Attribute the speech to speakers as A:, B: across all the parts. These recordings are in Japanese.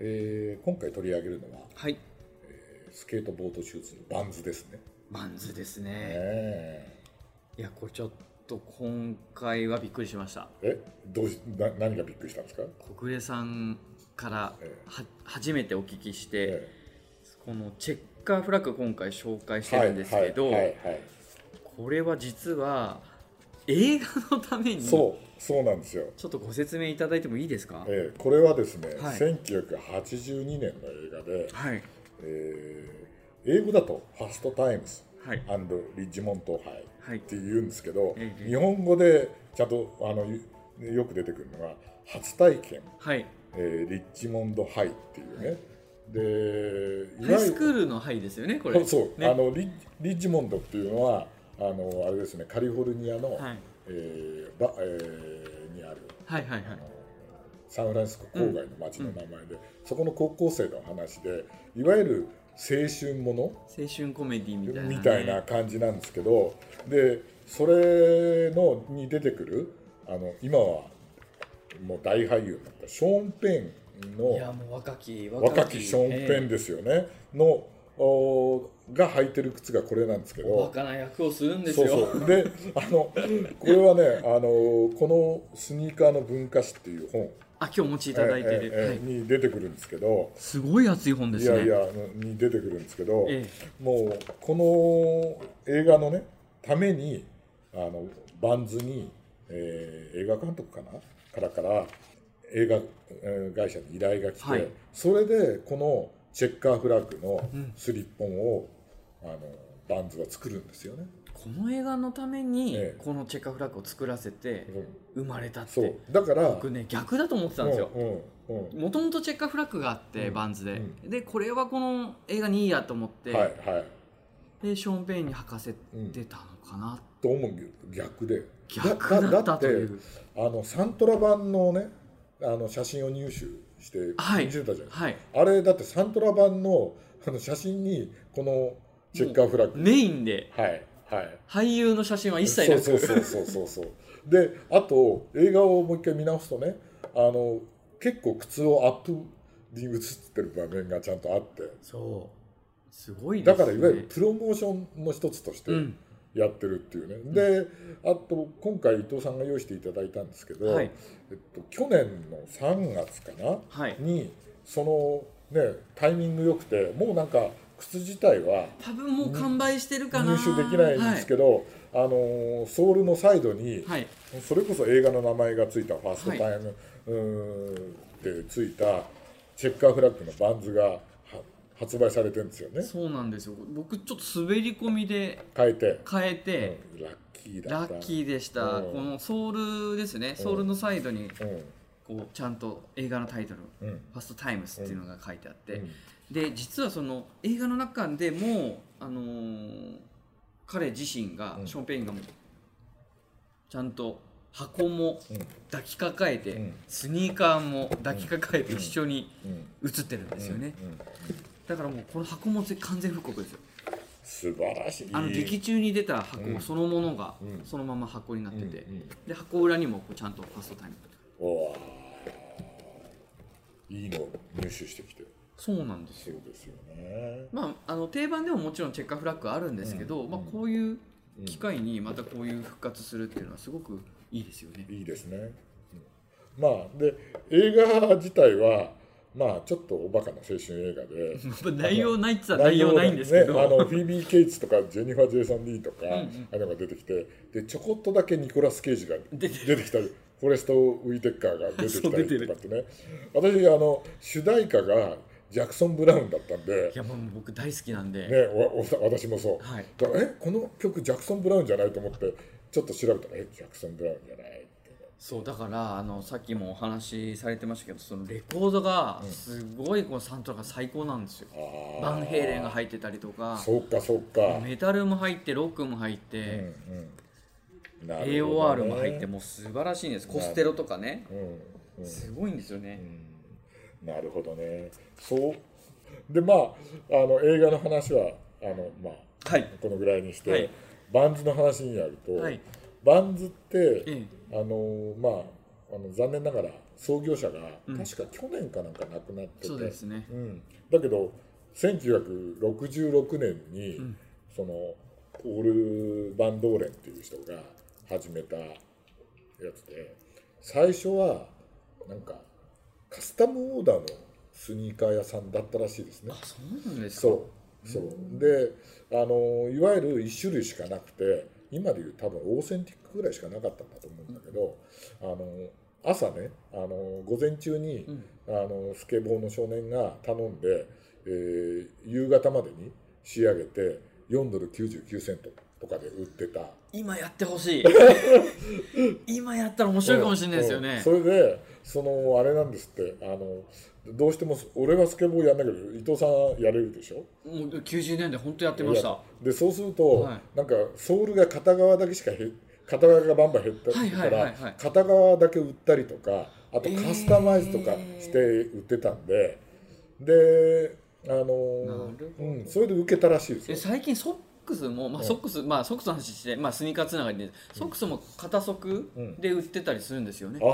A: えー今回取り上げるのは
B: はい
A: スケートボードシューズのバンズですね。
B: バンズですね、
A: え
B: いやこれちょっと今回はびっくりしました
A: ーえどうしな何がびっくりしたんですか、
B: 小暮さんからは、
A: え
B: 初めてお聞きして、
A: え
B: このチェッカーフラッグ今回紹介し
A: ー
B: てるんですけど、
A: はいはいはいはい
B: これは実は映画のためにちょ
A: そうそうなんですよ、
B: っとご説明いただいてもいいですか
A: えーこれはですね、
B: はい
A: 1982年の映画で、
B: はい
A: えー英語だと「ファストタイムズ
B: はい
A: リッジモントハイ」
B: はい
A: って言うんですけど、
B: ええ
A: 日本語でちゃんとあのゆよく出てくるのが「初体験、
B: はい
A: えーリッジモンドハイ」っていうね、でい
B: ハ
A: わ
B: イ
A: ゆ
B: ス
A: る
B: クールのハイですよねこれ
A: そう、
B: ね
A: あのリリッジモンドっていうのはあのあれですねカリフォルニアの、
B: はい
A: えーばえーにある
B: はいはいはい
A: サンフランシスコ郊外の町の名前で、そこの高校生の話でいわゆる青春もの
B: 青春コメディみたいなね、
A: みたいな感じなんですけどでそれのに出てくるあの今はもう大俳優になったショーン・ペン
B: いや
A: の
B: もう若き
A: 若きショーン・ペン
B: ン
A: ですよねのおが履いてる靴がこれなんですけど。
B: 若な役をするんです
A: そ
B: よ
A: うそうであのこれはねあのこの「スニーカーの文化史」っていう本
B: あ今日お持ちいただいてる、
A: ええええ
B: はい、
A: に出てくるんですけど、
B: すごい熱い本で
A: い
B: すね
A: やいやに出てくるんですけど、
B: え
A: もうこの映画のねためにあのバンズに、えー映画監督かなからから映画えー会社に依頼が来て、
B: はい
A: それでこのチェッカーフラッグの
B: うん
A: スリッポンを、あのバンズは作るんですよね。
B: この映画のために
A: ええ
B: このチェッカーフラッグを作らせて
A: うん
B: 生まれたって、
A: そうだから
B: 僕ね逆だと思ってたんですよ
A: うんうんうん
B: もともとチェッカーフラッグがあって、
A: うん
B: バンズで、でこれはこの映画にいいやと思って、
A: はいはい。
B: でショーン・ペインに履かせ
A: うん
B: てたのかな、
A: と思う逆で
B: 逆だったという
A: あのサントラ版のねあの写真を入手して
B: はい
A: 見せたじゃない、
B: はい
A: あれだってサントラ版のあの写真にこのチェッカーフラッグ
B: メインで
A: はいはい
B: 俳優の写真は一切なく
A: そうそうそうそうそうそうであと映画をもう一回見直すとねあの結構靴をアップに写ってる場面がちゃんとあって
B: そうすごいです
A: だから
B: ね
A: いわゆるプロモーションの一つとして
B: うん
A: やってるっていうね、であと今回伊藤さんが用意していただいたんですけど、
B: はい
A: えっと、去年の3月かな、
B: はい
A: にそのねタイミング良くてもうなんか靴自体は
B: 多分もう完売してるかな
A: 入手できないんですけど、あのーソールのサイドに、
B: はい、はい
A: それこそ映画の名前がついたファーストタイム、うーんってついたチェッカーフラッグのバンズがは発売されてるんですよね
B: そうなんですよ僕ちょっと滑り込みで
A: 変えて、
B: 変えて、
A: うんラッキーだ
B: ラ
A: った
B: ッキーでした、
A: うん
B: このソールですね、ソールのサイドに
A: う
B: こうちゃんと映画のタイトル、
A: んうん
B: ファストタイムスっていうのが書いてあって、
A: うん
B: で実はその映画の中でも、あのー彼自身が、
A: うん
B: ショーン・ペインがもうちゃんと箱も
A: うん
B: 抱きかかえて、
A: うん
B: スニーカーも抱きかかえて
A: うん
B: 一緒に
A: うん
B: 写ってるんですよね、
A: うんうん
B: だからもうこの箱もぜ完全復刻です
A: 素
B: よ
A: 晴らしい
B: あの劇中に出た箱そのものが
A: うん
B: そのまま箱になってて、
A: うんうん
B: で箱裏にもこうちゃんとファストタイム
A: おーいいの入手してきて
B: そうなんです
A: そ
B: よ
A: うですよね
B: まああの定番でももちろんチェッカーフラッグあるんですけど、
A: うん
B: まあ
A: うん、
B: こういう
A: うん
B: 機会にまたこういう復活するっていうのはすごくいいですよね、
A: いいですね、うんまあで映画自体はまあちょっとおバカな青春映画で
B: 内容ないっつは内容ないんですけど、
A: ね、あのフィービー・ケイツとかジェニファー・ジェイソン・リーとか
B: んうん
A: ああいうのが出てきてでちょこっとだけニコラス・ケイジが
B: 出
A: 出
B: て
A: てきたりフォレスト・ウィーテッカーが出てきた
B: そう出て
A: り
B: る
A: とかってね私あの主題歌がジャクソン・ブラウンだったんで
B: い、やもう僕大好きなんで、
A: ね、おお私もそう
B: はい
A: だからえこの曲ジャクソン・ブラウンじゃないと思ってちょっと調べたらえジャクソン・ブラウンじゃないって
B: そうだからあのさっきもお話しされてましたけどそのレコードがすごいこのサントラが最高なんですよ、
A: あ
B: バンヘイレンが入ってたりとか
A: そうかそうか、
B: メタルも入ってロックも入っ
A: うん
B: て、
A: うんなるほどね
B: AOR も入ってもう素晴らしいんですコステロとかね
A: うんうん
B: すごいんですよね、
A: うんなるほどねそうでまああの映画の話はあのまあ
B: はい
A: このぐらいにして、
B: はい
A: バンズの話になると、
B: はい
A: バンズって、
B: ええ
A: あのまああの残念ながら創業者が
B: うん
A: 確か去年かなんか亡くなってて、
B: そうですね
A: うん、だけど1966年に、
B: うん
A: そのオールバンドーレンっていう人が始めたやつで最初はなんかカスタムオーダーのスニーカー屋さんだったらしいですね
B: あ。そうなんですか
A: そうそうであのいわゆる1種類しかなくて今でいう多分オーセンティックぐらいしかなかったんだと思うんだけど、あの朝ねあの午前中に、
B: ん
A: あのスケボーの少年が頼んで、えー夕方までに仕上げて4ドル99セントとかで売ってた
B: 今やってほ しい今やったら面白いかもしれないですよ
A: うん
B: ね
A: それでそのあれなんですってあのどうしても俺はスケボーやんなけど伊藤さんやれるでしょ
B: もう90年代本当やってました
A: いやでそうすると、
B: はい
A: なんかソールが片側だけしかへ片側がバンバン減った
B: はいは
A: か
B: いはいは
A: ら
B: い
A: 片側だけ売ったりとかあと
B: えー
A: カスタマイズとかして売ってたんで、であのー
B: なるほど
A: うん、それで受けたらしいです
B: え
A: よ。
B: 最近ソックスも、まあ、
A: うん
B: ソックス、まあ、ソックスの話して、まあ、スニーカーつながりでソックスも片足
A: うん
B: で売ってたりするんですよね、
A: あ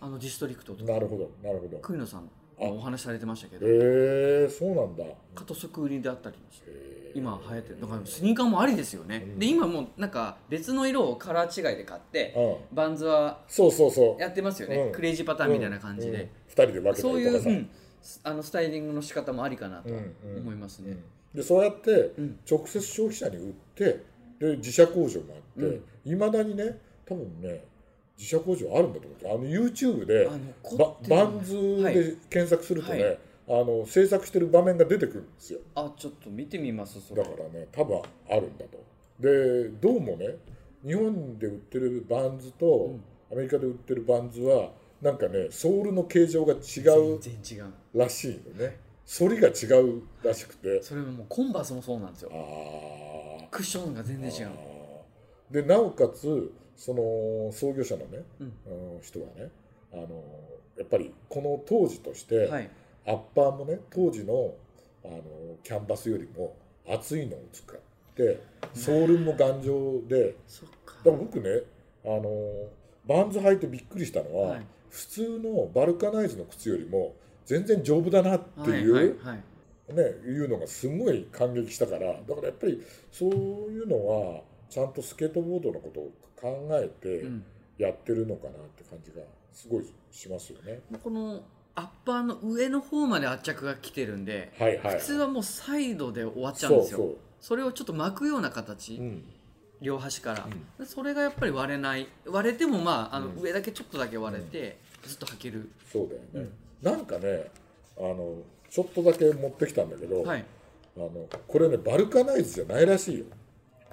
A: あ
B: あのディストリクトとか
A: なるほどなるほど。
B: 栗野さん
A: あ
B: もお話しされてましたけど
A: えー、そうなんだ。
B: 片足売りであったりして
A: えー
B: 今流行ってるだからスニーカーもありですよね、
A: うん
B: で今もうなんか別の色をカラー違いで買って
A: うん、
B: バンズは
A: そうそうそう。
B: やってますよね、
A: うん
B: クレイジーパターンみたいな感じ
A: う
B: で、
A: んうん二人で分けたりとかさ
B: そういう、うん、すあのスタイリングの仕方もありかなと
A: うんうん
B: 思いますね、
A: でそうやって
B: うん
A: 直接消費者に売ってで自社工場もあっ
B: う
A: ていま、未だにね多分ね自社工場あるんだと思ってあの YouTube で
B: あの
A: バ
B: 凝ってる
A: バンズで検索するとね、
B: はい
A: あの制作してる場面が出てくるんですよ
B: あちょっと見てみますそれ
A: だからね多分あるんだとでどうもね日本で売ってるバンズと、
B: ん
A: アメリカで売ってるバンズはなんかねソールの形状が違う
B: 全然違う
A: らしいのね反りが違うらしくて
B: それももうコンバースもそうなんですよ
A: ああ
B: クッションが全然違う
A: あーでなおかつその創業者のね、
B: うん
A: うん人はねあのやっぱりこの当時として、
B: はい
A: アッパーもね当時のあのキャンバスよりも厚いのを使ってソールも頑丈で
B: そっ
A: だ
B: か
A: から僕ねあのバンズ履いてびっくりしたのは、
B: はい
A: 普通のバルカナイズの靴よりも全然丈夫だなって
B: はい
A: いう、
B: はいはい
A: ね、いうのがすごい感激したからだからやっぱりそういうのはちゃんとスケートボードのことを考えて
B: うん、
A: やってるのかなって感じがすごいしますよね。
B: このアッパーの上の方まで圧着が来てるんで、
A: はいはい、
B: 普通はもうサイドで終わっちゃうんですよそ
A: そう
B: れをちょっと巻くような
A: そう、
B: 形、
A: うん
B: 両端から
A: うん、
B: でそれがやっぱり割れない割れてもまああの
A: うん
B: 上だけちょっとだけ割れて、ずっと履ける、
A: そうだよね、なんかねあのちょっとだけ持ってきたんだけど、
B: はい
A: あのこれねバルカナイズじゃないらしいよ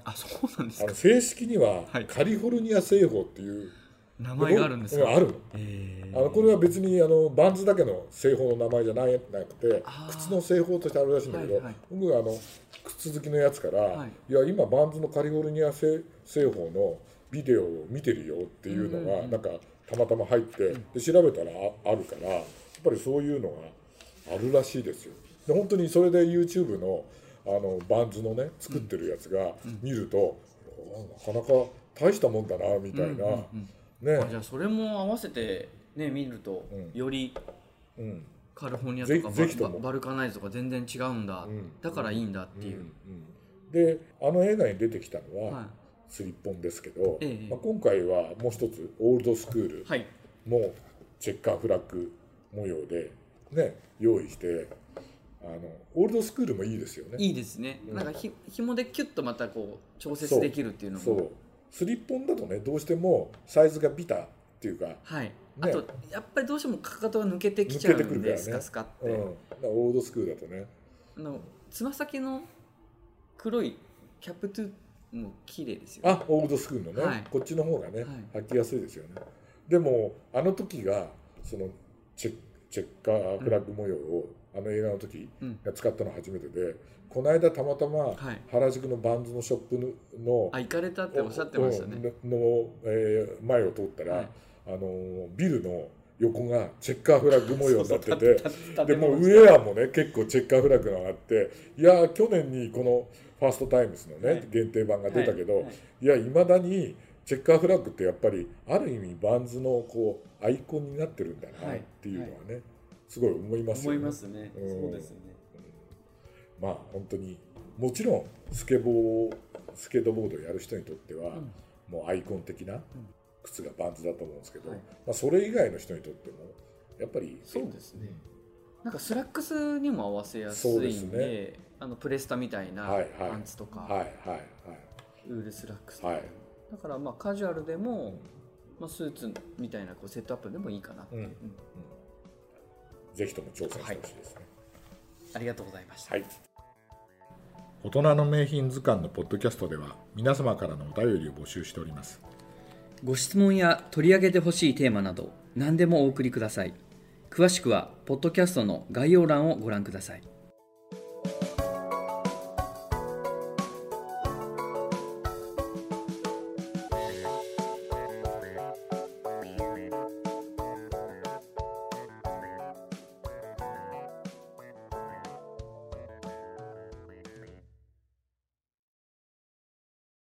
B: あそうなんです
A: あ
B: か
A: の正式には
B: はい
A: カリフォルニア製法っていう、
B: 名前があるんですか、
A: うあるの
B: え
A: あのこれは別にあのバンズだけの製法の名前じゃないなくて
B: あー
A: 靴の製法としてあるらしいんだけど、
B: はいはい
A: 僕があの靴好きのやつから、、
B: はい
A: や今バンズのカリフォルニア製製法のビデオを見てるよっていうのが、
B: うんうんうん
A: なんかたまたま入って、で調べたらああるからやっぱりそういうのがあるらしいですよ。で本当にそれで YouTube のあのバンズのね作ってるやつが見ると、あなかなか大したもんだなみたいな、
B: うんうんうんあじ
A: ね、
B: ゃあそれも合わせてね見ると、
A: うん
B: より
A: うん
B: カルフォルニア
A: ぜ
B: とかバ
A: ぜひとも
B: ババルカナイズとか全然違うんだ、
A: うん
B: だからいいんだってい
A: う
B: う、
A: んうんであの映画に出てきたの
B: はい
A: はスリッポンですけど、
B: ええ
A: まあ、今回はもう一つオールドスクール
B: はい
A: もチェッカーフラッグ模様で、ね、用意してあのオールドスクールもいいですよね。
B: いいですね、
A: うん
B: なんかひ紐でキュッとまたこう調節できるっていうのも
A: そうスリッポンだとねどうしてもサイズがビタっていうか、
B: はい、あとやっぱりどうしてもかかとが抜けてきちゃ
A: 抜けて
B: う
A: く
B: ん
A: るからね
B: でスカスカっ
A: うん、だ
B: て、
A: からオールドスクールだとね
B: あのつま先の黒いキャップトゥも綺麗ですよね
A: あオールドスクールのね、
B: はい
A: こっちの方がね、
B: は
A: 履きやすいですよねでもあの時がそのチェチェッカーフラッグ模様を、あの映画の時
B: うん
A: が使ったの初めてでこの間たまたま
B: はい
A: 原宿のバンズのショップの、
B: あ行かれたっておっしゃってましたね
A: うんの、えー前を通ったら、
B: はい
A: あのービルの横がチェッカーフラッグ模様になっててで
B: で
A: も
B: も
A: うウェアもね結構チェッカーフラッグのがあっていやー去年にこのファーストタイムズのね、
B: はい
A: 限定版が出たけど、
B: はい
A: いやいまだにチェッカーフラッグってやっぱりある意味バンズのこうアイコンになってるんだなっていうのはね、すごい思いますよ
B: 思
A: ね。
B: いますね、
A: うん
B: そうですよね
A: まあ本当にもちろんスケボースケートボードをやる人にとっては、
B: うん
A: もうアイコン的な靴がバンズだと思うんですけど、
B: はい
A: まあ、それ以外の人にとってもやっぱり
B: そうですねなんかスラックスにも合わせやす
A: そうで
B: い
A: す
B: んで
A: ね
B: あのプレスタみたいな
A: はいはい
B: パンツとか、
A: はいはいはい
B: ウールスラックスとか、
A: はい
B: だからまあカジュアルでも、まあ、スーツみたいなこうセットアップでもいいかなって、
A: うん
B: うん
A: ぜひとも挑戦してほしいですね。
B: ありがとうございました、
A: はい大人の名品図鑑のポッドキャストでは皆様からのお便りを募集しております。
C: ご質問や取り上げてほしいテーマなど何でもお送りください詳しくはポッドキャストの概要欄をご覧ください